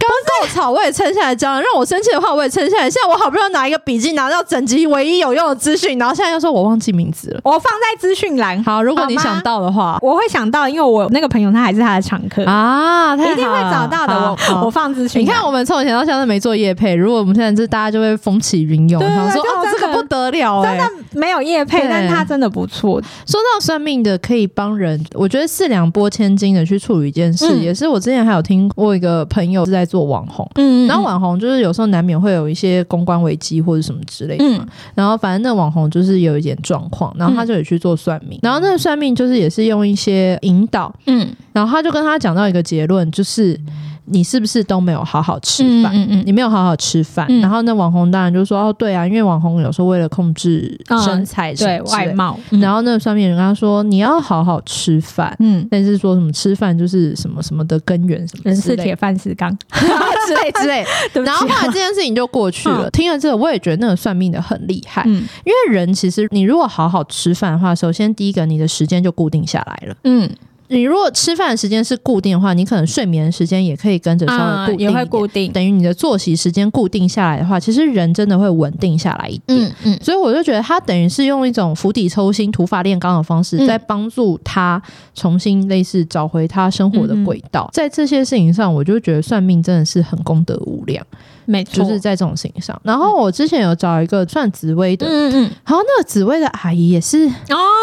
S3: 刚够吵，我也撑下来讲了，让我生气的话我也撑下来。现在我好不容易拿一个笔记，拿到整集唯一有用的资讯，然后现在又说我忘记名字了。
S2: 我放在资讯栏，
S3: 好，如果你
S2: 好吗
S3: 想到的话
S2: 我会想到，因为我那个朋友他还是他的常客
S3: 啊，
S2: 一定会找到的。我我放资讯
S3: 你
S2: 栏，
S3: 看，我们从以前到现在都没做夜配，如果我们现在这大家就会风起云涌，
S2: 对对
S3: 想说
S2: 对
S3: 哦，
S2: 就
S3: 这
S2: 真的
S3: 个不得了哎、
S2: 真的没有叶配，
S3: 对
S2: 但他真的不错。
S3: 说到算命的，可以帮人，我觉得四两拨千斤的去处理一件事，
S2: 嗯
S3: 也是我之前还有听过一个朋友是在做网红，
S2: 嗯
S3: 然后网红就是有时候难免会有一些公关危机或者什么之类的。
S2: 嗯
S3: 然后反正那网红就是有一点状况，然后他就有去做算命，然后那个算命就是也是用一些引导，
S2: 嗯
S3: 然后他就跟他讲到一个结论，就是你是不是都没有好好吃饭。
S2: 嗯嗯
S3: 你没有好好吃饭，
S2: 嗯
S3: 然后那网红当然就说哦，对啊，因为网红有时候为了控制
S2: 嗯
S3: 身材什么
S2: 对
S3: 之类
S2: 外
S3: 的嗯
S2: 貌，
S3: 然后那个算命人跟他说，你要好好吃饭，
S2: 嗯
S3: 但是说什么吃饭就是什么什么的根源什么
S2: 人
S3: 之
S2: 是
S3: 类
S2: 铁饭是钢，
S3: 之类之类。
S2: 对不
S3: 然后
S2: 起
S3: 后来这件事情就过去了。听了这个，我也觉得那个算命的很厉害，
S2: 嗯
S3: 因为人其实你如果好好吃饭的话，首先第一个你的时间就固定下来了。
S2: 嗯，
S3: 你如果吃饭的时间是固定的话，你可能睡眠的时间也可以跟着稍微固定一
S2: 啊也
S3: 点。
S2: 会固定，
S3: 等于你的作息时间固定下来的话，其实人真的会稳定下来一点。
S2: 嗯
S3: 所以我就觉得他等于是用一种釜底抽薪、土法炼钢的方式，
S2: 嗯
S3: 在帮助他重新类似找回他生活的轨道。在这些事情上，我就觉得算命真的是很功德无量，
S2: 没错，
S3: 就是在这种事情上。然后我之前有找一个算紫薇的，
S2: 嗯
S3: 然后那个紫薇的阿姨也是
S2: 嗯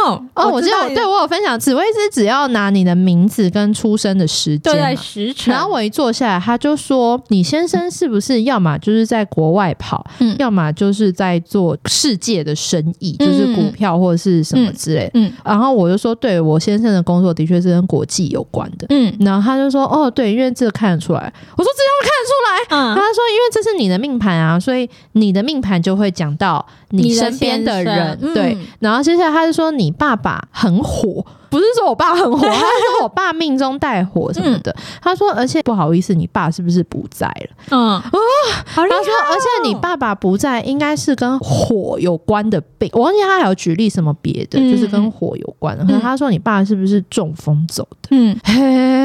S2: 哦
S3: 哦，我
S2: 知
S3: 记得
S2: 道
S3: 我对我有分享，紫薇是只要拿你的名字跟出生的时间
S2: 对
S3: 嘛，
S2: 对时辰，
S3: 然后我一坐下来，他就说：“你先生是不是要么就是在国外跑，
S2: 嗯
S3: 要么就是在做世界的生意，
S2: 嗯
S3: 就是股票或者是什么之类的。
S2: 嗯
S3: 然后我就说：“对我先生的工作的确是跟国际有关的。”
S2: 嗯
S3: 然后他就说：“哦，对，因为这个看得出来。”我说：“这样看得出来。”
S2: 嗯
S3: 他就说：“因为这是你的命盘啊，所以你的命盘就会讲到你身边的人。对，，然后接下来他就说你爸爸很火，不是说我爸很火， 他说我爸命中带火什么的。他说，而且不好意思，你爸是不是不在了？
S2: 嗯哦，好厉哦
S3: 他说，而且你爸爸不在，应该是跟火有关的病。我忘记他还有举例什么别的，
S2: 嗯
S3: 就是跟火有关的。可是他说，你爸是不是中风走的？
S2: 嗯，
S3: 嗯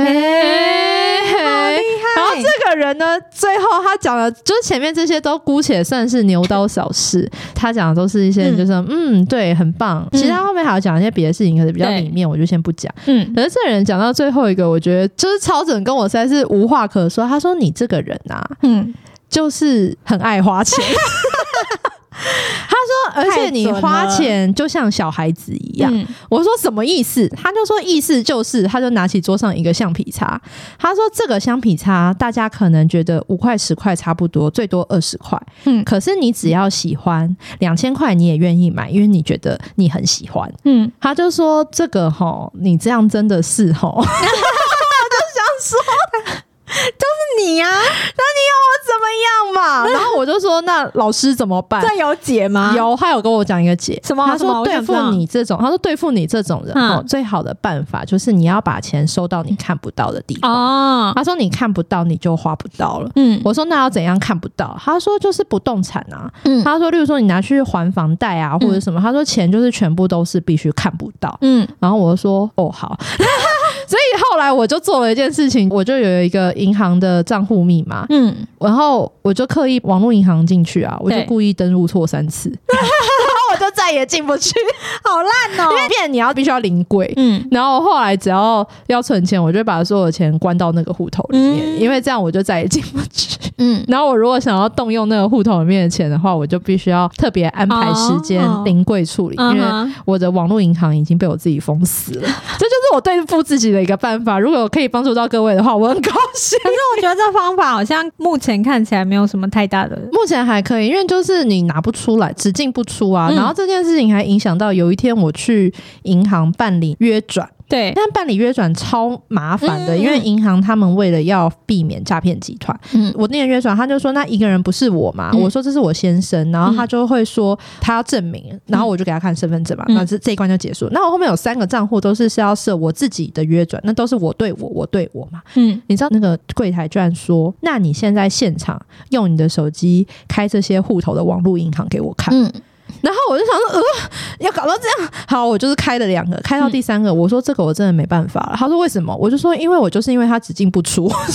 S3: 嘿嘿
S2: 好厉害
S3: 然后
S2: 对
S3: 这个人呢，最后他讲的，就是前面这些都姑且算是牛刀小试，他讲的都是一些
S2: 嗯
S3: 就是嗯对，很棒。
S2: 嗯
S3: 其实他后面还有讲一些别的事情，可是比较
S2: 对
S3: 里面，我就先不讲。
S2: 嗯，
S3: 可是这个人讲到最后一个，我觉得就是超准跟我实在是无话可说。他说：“你这个人啊，
S2: 嗯，
S3: 就是很爱 花钱。” 他说：“而且你
S2: 太准了
S3: 花钱就像小孩子一
S2: 一
S3: 样。
S2: 样，
S3: 我说什么意思？他就说意思就是，他就拿起桌上一个橡皮擦，他说这个橡皮擦大家可能觉得五块十块差不多，最多二十块，
S2: 嗯
S3: 可是你只要喜欢两千块你也愿意买，因为你觉得你很喜欢。
S2: 嗯，
S3: 他就说这个吼，你这样真的是吼， 我就想说。
S2: 是你呀，
S3: 那你要我怎么样嘛？然后我就说，那老师怎么办？
S2: 这啊有解吗？
S3: 有，他有跟我讲一个解，
S2: 什么
S3: 他
S2: 什么
S3: 说
S2: 我
S3: 对
S2: 想知
S3: 付
S2: 道
S3: 你这种，他说对付你这种人，
S2: 嗯
S3: 哦，最好的办法就是你要把钱收到你看不到的地方。
S2: 哦，
S3: 他说你看不到，你就花不到了。
S2: 嗯
S3: 我说那要怎样看不到？他说就是不动产啊。
S2: 嗯
S3: 他说，例如说你拿去还房贷啊，或者什么。他说钱就是全部都是必须看不到。
S2: 嗯
S3: 然后我就说哦好， 所以后来我就做了一件事情，我就有一个银行的账户密码，
S2: 嗯，
S3: 然后我就刻意网络银行进去啊，我就
S2: 对哦
S3: 故意登录错三次，然后我就再也进不去，
S2: 好烂哦
S3: 因为变你啊要必须要临柜。
S2: 嗯
S3: 然后后来只要要存钱，我就把所有钱关到那个户头里面，
S2: 嗯
S3: 因为这样我就再也进不去。
S2: 嗯，
S3: 然后我如果想要动用那个户头里面的钱的话，我就必须要特别安排时间
S2: 哦
S3: 临柜处理，因为
S2: 嗯哼
S3: 我的网络银行已经被我自己封死 了。这就是我对付自己的一个办法。如果我可以帮助到各位的话，我很高兴。
S2: 可是我觉得这方法好像目前看起来没有什么太大的，
S3: 目前还可以，因为就是你拿不出来，只进不出啊。
S2: 嗯
S3: 然后这件事情还影响到有一天我去银行办理约转，
S2: 对，
S3: 但办理约转超麻烦的，
S2: 嗯
S3: 因为银行他们为了要避免诈骗集团，
S2: 嗯
S3: 我念约转，他就说那一个人不是我嘛，
S2: 嗯
S3: 我说这是我先生，然后他就会说他要证明，然后我就给他看身份证嘛，
S2: 嗯
S3: 那这这一关就结束。那我后面有三个账户都是是要设我自己的约转，那都是我对我，我对我嘛。
S2: 嗯
S3: 你知道那个柜台居然说，那你现在现场用你的手机开这些户头的网络银行给我看。
S2: 嗯
S3: 然后我就想说，呃，要搞到这样，好，我就是开了两个，开到第三个，我说这个我真的没办法了。他说为什么？我就说因为我就是因为他只进不出。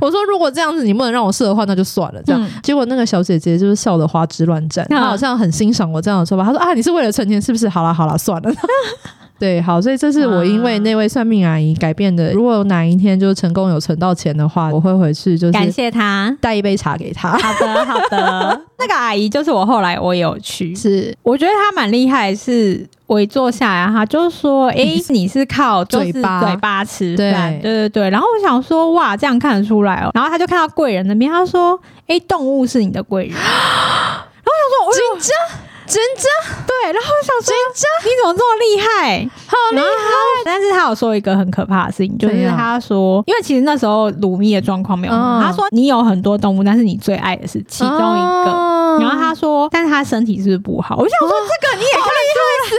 S3: 我说如果这样子你不能让我试的话，那就算了。这样，
S2: 嗯
S3: 结果那个小姐姐就是笑得花枝乱颤，
S2: 啊
S3: 她好像很欣赏我这样的说法。她说啊，你是为了存钱是不是？好啦好啦， 算了。对，好，所以这是我因为那位算命阿姨改变的。如果哪一天就是成功有存到钱的话，我会回去就是
S2: 感谢他。
S3: 带一杯茶给她。
S2: 好的，好的。 那个阿姨就是我后来我也有去，
S3: 是
S2: 我觉得她蛮厉害的是，我一坐下来，她就 说：“诶，你是靠就是
S3: 嘴巴
S2: 嘴巴吃饭，对
S3: 对
S2: 对对。”然后我想说：“哇，这样看得出来哦。”然后她就看到贵人那边，她说：“诶，动物是你的贵人。”然后我想说：“我
S3: 真真真 哦
S2: 对。”然后我想说：“你怎么这么厉害？”
S3: 好厉
S2: 然后她但是她有说一个很可怕的事情，就
S3: 怎
S2: 是
S3: 样
S2: 她说，因为其实那时候鲁密的状况没有很好，
S3: 嗯
S2: 她说你有很多动物，但是你最爱的是其中一个。
S3: 哦
S2: 然后他说，但是他身体是不是不好？我想说，这个你也看
S3: 好厉害，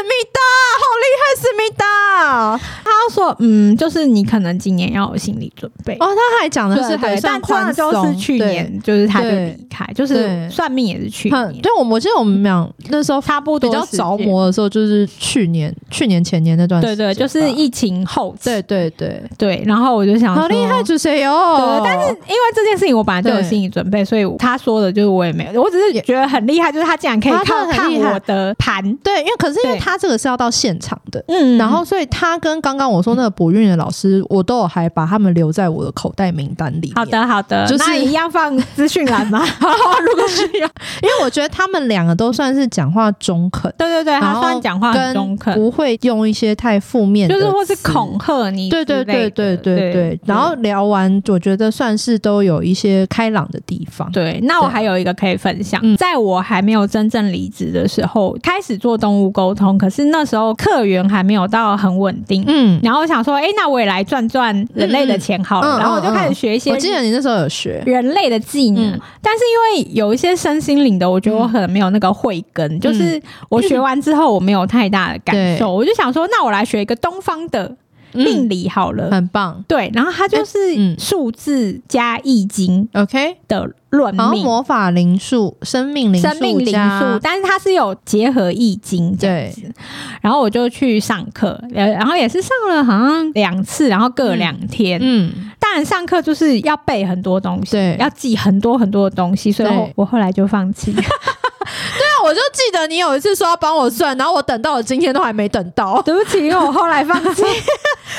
S3: 思密达，好厉害，思密达。
S2: 他说，嗯，就是你可能今年要有心理准备。
S3: 哦，他还讲的
S2: 对
S3: 是
S2: 对
S3: 还
S2: 但
S3: 算
S2: 真
S3: 宽
S2: 的
S3: 松，
S2: 就是去年，就是他就
S3: 对
S2: 离开，就是
S3: 对
S2: 算命也是去
S3: 对。很
S2: 年，
S3: 对，我我记得我们俩那时候
S2: 差不
S3: 比
S2: 多
S3: 较
S2: 时间
S3: 着。魔的时候，就是去年、去年前年那段
S2: 对
S3: 时间吧，
S2: 对，就是疫情后期
S3: 对对对，
S2: 对。然后我就想，
S3: 好厉害，。哦主持人
S2: 对
S3: 哟！，
S2: 但是因为这件事情，我本来就有
S3: 对
S2: 心理准备，所以他说的就是我也没有，我只是觉得很厉害，就是他竟然可以
S3: 他真的
S2: 靠
S3: 很
S2: 看
S3: 厉害
S2: 我的盘，
S3: 对，因为可是因为
S2: 对
S3: 他这个是要到现场的。
S2: 嗯
S3: 然后，所以他跟刚刚我说那个博运的老师，我都有还把他们留在我的口袋名单里面。
S2: 好的好的，
S3: 就是
S2: 那一样放资讯栏 吗？
S3: 如果需要，因为我觉得他们两个都算是讲话中肯，
S2: 对对对，
S3: 然
S2: 他
S3: 后
S2: 算讲话很中肯，
S3: 不会用一些太负面的
S2: 就
S3: 词，
S2: 是或是恐吓你之
S3: 对。
S2: 类的，
S3: 对对对对对对，然后聊完，我觉得算是都有一些开朗的地方。
S2: 对，那我还有一个可以分享，
S3: 嗯
S2: 在我还没有真正离职的时候，开始做动物沟通，可是那时候客源还没有到很稳定。
S3: 嗯，
S2: 然后我想说，哎、那我也来赚赚人类的钱好了。
S3: 嗯嗯
S2: 然后我就开始学一些
S3: 我记得你那时候有学，
S2: 人类的技能，
S3: 嗯
S2: 但是因为有一些身心灵的，我觉得我可能没有那个慧根，
S3: 嗯
S2: 就是我学完之后我没有太大的感受，我就想说，那我来学一个东方的命
S3: 嗯，
S2: 理好了。
S3: 很棒。
S2: 对，然后它就是
S3: 嗯
S2: 数字加易经
S3: OK，
S2: 的论
S3: 然后
S2: 命。
S3: 魔法灵数、嗯生命灵数、
S2: 生命灵数，，但是它是有结合易经这样子，然后我就去上课，呃，然后也是上了好像两次，然后各两天。
S3: 嗯，
S2: 当然然上课就是要背很多东西，
S3: 对
S2: 要记很多很多的东西，所以我
S3: 对
S2: 我后来就放 弃。
S3: 那我就记得你有一次说要帮我算，然后我等到了今天都还没等到，
S2: 对不起，因为我后来放弃，
S3: 因为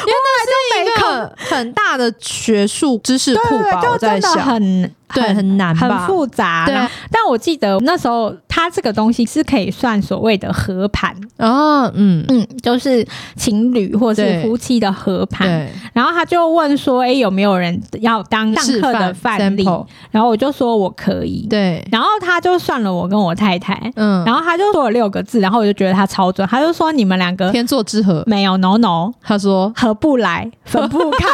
S3: 那是一个很大的学术知识库吧？
S2: 就
S3: 我
S2: 真
S3: 在
S2: 的
S3: 想，
S2: 很
S3: 对，很难
S2: 很
S3: 吧？
S2: 复杂。
S3: 对啊
S2: 但我记得那时候它这个东西是可以算所谓的合盘，
S3: 哦，嗯，
S2: 嗯，就是情侣或是
S3: 对
S2: 夫妻的合盘。
S3: 对，
S2: 然后他就问说：“哎，有没有人要当上
S3: 示
S2: 课的
S3: 范
S2: 范例
S3: sample，？”
S2: 然后我就说我可以。
S3: 对，
S2: 然后他就算了我跟我太太，
S3: 嗯，
S2: 然后他就说了六个字，然后我就觉得他超准，他就说你们两个
S3: 天作之合，
S2: 没有 no no
S3: 他说
S2: 合不来，分不 开。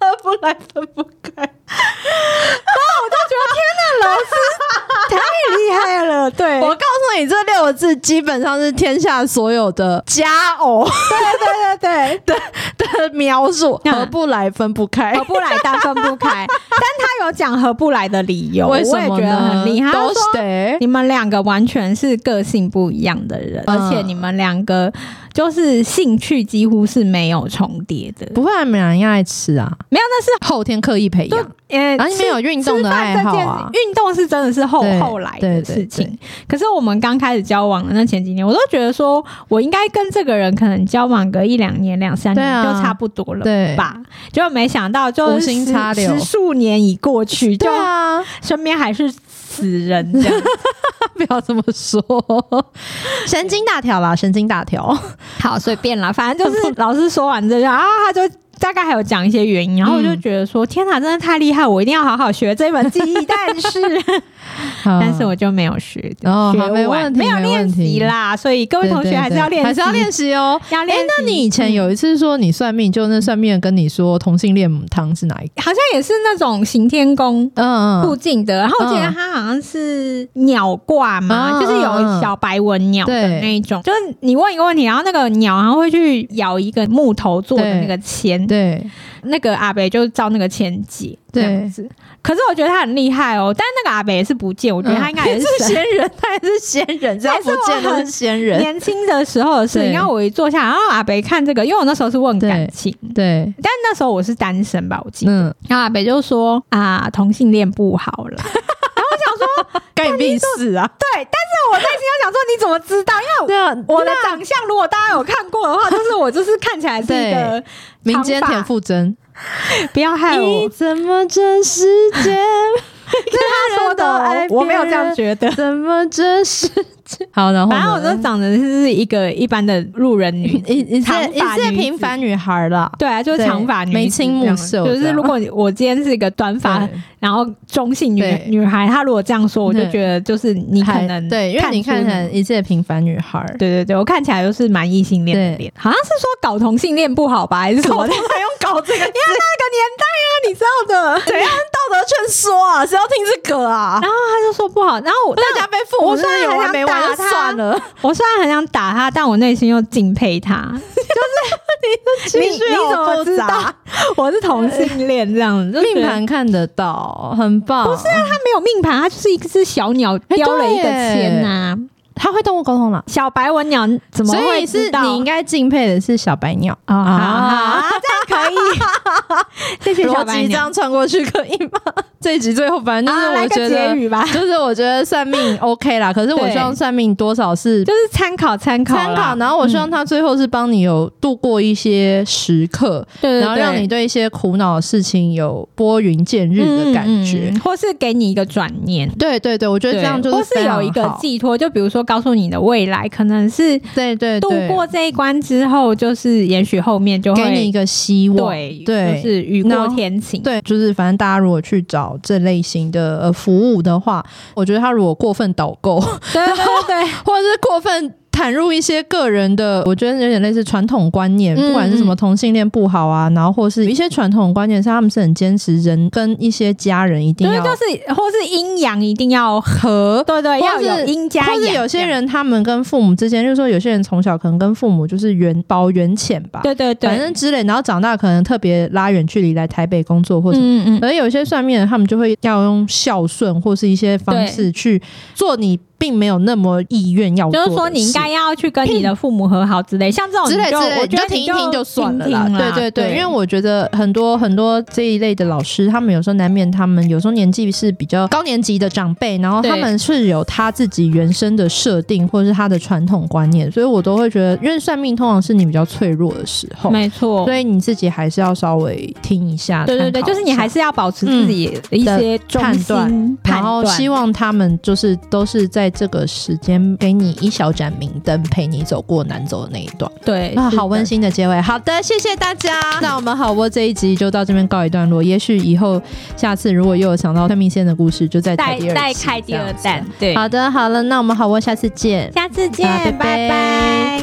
S3: 合不来分不开，
S2: 太厉害了，对，
S3: 我告诉你，这六个字基本上是天下所有的佳偶
S2: 对对对，
S3: 的描述，
S2: 嗯
S3: 合不来分不开
S2: 合。不来但分不开，但他有讲合不来的理由，
S3: 为什
S2: 我也
S3: 么
S2: 觉得
S3: 呢？
S2: 很厉害。他
S3: 都
S2: 说
S3: 是得
S2: 你们两个完全是个性不一样的人，
S3: 嗯
S2: 而且你们两个就是兴趣几乎是没有重叠的，
S3: 不会，每人爱吃啊，
S2: 没有那是
S3: 后天刻意培
S2: 就
S3: 养，
S2: 呃
S3: 啊然后你们有运动的爱好啊
S2: 吃饭这，件运动是真的是后
S3: 对
S2: 后来的
S3: 对对
S2: 事情。可是我们刚开始交往的那前几年，我都觉得说我应该跟这个人可能交往个一两年、两三
S3: 对
S2: 年
S3: 啊
S2: 就差不多了
S3: 对
S2: 吧？结果没想到，就
S3: 无
S2: 是
S3: 心
S2: 十
S3: 插柳
S2: 十数年已过去，就
S3: 对啊，
S2: 身边还是死人 这样。
S3: 不要这么说， 神经大条啦，神经大条。
S2: 好，随便啦，反正 就是老师说完这就啊，他就大概还有讲一些原因，然后我就觉得说，天哪，真的太厉害，我一定要好好学这门 技艺。但是，但是我就没有学，
S3: 哦
S2: 学
S3: 好没
S2: 完
S3: 问题
S2: 嗯没有
S3: 没
S2: 练
S3: 问
S2: 习
S3: 题
S2: 啦，所以各位
S3: 对
S2: 同
S3: 对
S2: 学还是
S3: 对
S2: 要练习，
S3: 还是要练习哦。
S2: 要
S3: 哎
S2: 练习。，
S3: 那你以前有一次说你算命，就那算命的跟你说同性恋母汤是哪一个？
S2: 好像也是那种行天宫。
S3: 嗯
S2: 附近的，然后我记得
S3: 嗯
S2: 它好像是鸟卦嘛，
S3: 嗯
S2: 就是
S3: 嗯
S2: 有
S3: 嗯
S2: 小白纹鸟的
S3: 对
S2: 那一种，就是你问一个问题，然后那个鸟然后会去咬一个木头做的
S3: 对
S2: 那个签，
S3: 对
S2: 那个阿北就照那个签解这
S3: 对
S2: 样子。可是我觉得他很厉害哦，但那个阿北也是不见，我觉得他应该 也是
S3: 是
S2: 神
S3: 仙人，他也嗯是仙人，只要不见都是仙人。
S2: 年轻的时候的事。
S3: 对
S2: 你看我一坐下，然后阿北看这个，因为我那时候是问感情，
S3: 对，
S2: 但那时候我是单身吧，我记得。
S3: 嗯，
S2: 然后阿北就说啊，同性恋不好 了。
S3: 干你屁事啊！
S2: 对，但是我内心又想说，你怎么知道？ 因为
S3: 对啊，
S2: 我的长相，如果大家有看过的话，就是我就是看起来是一个
S3: 民间
S2: 长发
S3: 田馥甄，
S2: 不要害我，
S3: 怎么这世界
S2: 他说的
S3: 人都
S2: 哦
S3: 爱，
S2: 我没有这
S3: 别人
S2: 样觉得。
S3: 怎么这世界？ 好，然后
S2: 反正我
S3: 呢
S2: 就长得是一个一般的路人 女，
S3: 你你是
S2: 长
S3: 你
S2: 发
S3: 是
S2: 女
S3: 平
S2: 子
S3: 凡女孩啦，
S2: 对啊，就是
S3: 对
S2: 长发女子
S3: 眉清目
S2: 这样
S3: 秀
S2: 就是
S3: 这样
S2: 如果你我今天是一个短发，
S3: 对
S2: 然后中性女
S3: 对
S2: 女孩，她如果这样说，我就
S3: 对
S2: 觉得就是你可
S3: 还
S2: 能
S3: 对，因为你看
S2: 出
S3: 看一介平凡女孩，
S2: 对对对，我看起来就是蛮异性恋的
S3: 对
S2: 脸，好像是说搞同性恋不好吧，还是什么的？
S3: 还用搞这个？
S2: 因为那个年代啊，你知道的。
S3: 怎样道德劝说啊？谁要听这个啊？
S2: 然后他就说不好，然后我
S3: 大家被父母
S2: 我
S3: 是
S2: 虽然
S3: 有
S2: 很想
S3: 完没完
S2: 打他
S3: 就算了，
S2: 我虽然很想打他，但我内心又敬佩他。 就是你
S3: 情绪
S2: 你
S3: 好
S2: 怎么知
S3: 复杂
S2: 道我是同性恋这样？就觉得
S3: 命盘看得到，很棒。不是啊，
S2: 他没有命盘，他就是一只小鸟
S3: 哎
S2: 叼了一个签啊呐、
S3: 他会动物沟通了，
S2: 小白文鸟怎么
S3: 所
S2: 会
S3: 以是
S2: 知道
S3: 你应该敬佩的是小白鸟
S2: 啊、哦好，
S3: 啊。
S2: 这样可以。 谢谢小
S3: 逻
S2: 白
S3: 辑这
S2: 鸟。
S3: 样穿过去可以吗？这一集最后反正就是
S2: 啊来
S3: 我
S2: 个
S3: 觉
S2: 结
S3: 得，
S2: 语吧，
S3: 就是我觉得算命 OK 啦，可是我
S2: 对
S3: 希望算命多少是
S2: 就是参考参考啦
S3: 参考，，然后我希望他最后是帮你有度过一些时刻，
S2: 对对对
S3: 然后让你嗯对一些苦恼的事情有拨云见日的感觉。
S2: 嗯嗯嗯或是给你一个转念。
S3: 对对对，我觉得
S2: 对
S3: 这样就是
S2: 或是
S3: 非
S2: 有
S3: 常
S2: 一个
S3: 好，
S2: 寄托，就比如说告诉你的未来，可能是
S3: 对对
S2: 度
S3: 对，
S2: 过这一关之后，就是也许后面就会
S3: 给你一个希望。
S2: 对
S3: 对
S2: 就是雨
S3: 然
S2: 过
S3: 后
S2: 天晴。
S3: 对，就是反正大家如果去找这类型的呃服务的话，我觉得他如果过分导购 或
S2: 对对对对，
S3: 者是过分袒入一些个人的，我觉得有点类似传统观念，
S2: 嗯
S3: 不管是什么同性恋不好啊，然后或是一些传统观念，是他们是很坚持人跟一些家人一 定
S2: 对
S3: 要
S2: 就是或是阴阳一定要
S3: 和
S2: 对对，
S3: 或
S2: 要有
S3: 是
S2: 阴加阳。
S3: 或者有些，人他们跟父母之间，就是说有些人从小可能跟父母就是缘薄缘浅吧，
S2: 对对对，
S3: 反正之类，然后长大可能特别拉远距离来台北工作或什么。
S2: 嗯嗯，
S3: 而有些算命人，他们就会要用孝顺或是一些方式去做你并没有那么意愿要做
S2: 就
S3: 的事，
S2: 是说你应该要去跟你的父母和好之类，像这种
S3: 之类
S2: 你
S3: 之
S2: 就
S3: 类，
S2: 我
S3: 你
S2: 觉
S3: 就
S2: 得
S3: 听
S2: 你
S3: 一听就算了
S2: 听
S3: 啦。
S2: 听啦
S3: 对对对，
S2: 对，
S3: 因为我觉得很多很多这一类的老师，他们有时候难免他们有时候年纪是比较高年级的长辈，然后
S2: 对
S3: 他们是有他自己原生的设定或者是他的传统观念，所以我都会觉得，因为算命通常是你比较脆弱的时候，
S2: 没错，
S3: 所以你自己还是要稍微听一下，
S2: 哦对对对，
S3: 参考
S2: 就是你
S3: 一下嗯
S2: 还是要保持自己的一些中
S3: 判
S2: 心
S3: 断
S2: 判
S3: 然后
S2: 断
S3: 希望他们就是都是在这个时间给你一小盏明灯，陪你走过难走的那一段。
S2: 对，
S3: 啊，
S2: 哎是
S3: 好
S2: 的
S3: 温。馨的结尾。好的，谢谢大家。那我们好窝这一集就到这边告一段落。也许以后下次如果又有想到算命线的故事，就再开
S2: 再
S3: 第二
S2: 再
S3: 集
S2: 开第二。
S3: 这样
S2: 弹
S3: 子，
S2: 对，
S3: 好的，好了，那我们好窝下次见。
S2: 下次见
S3: 啊，拜
S2: 拜
S3: 拜
S2: 拜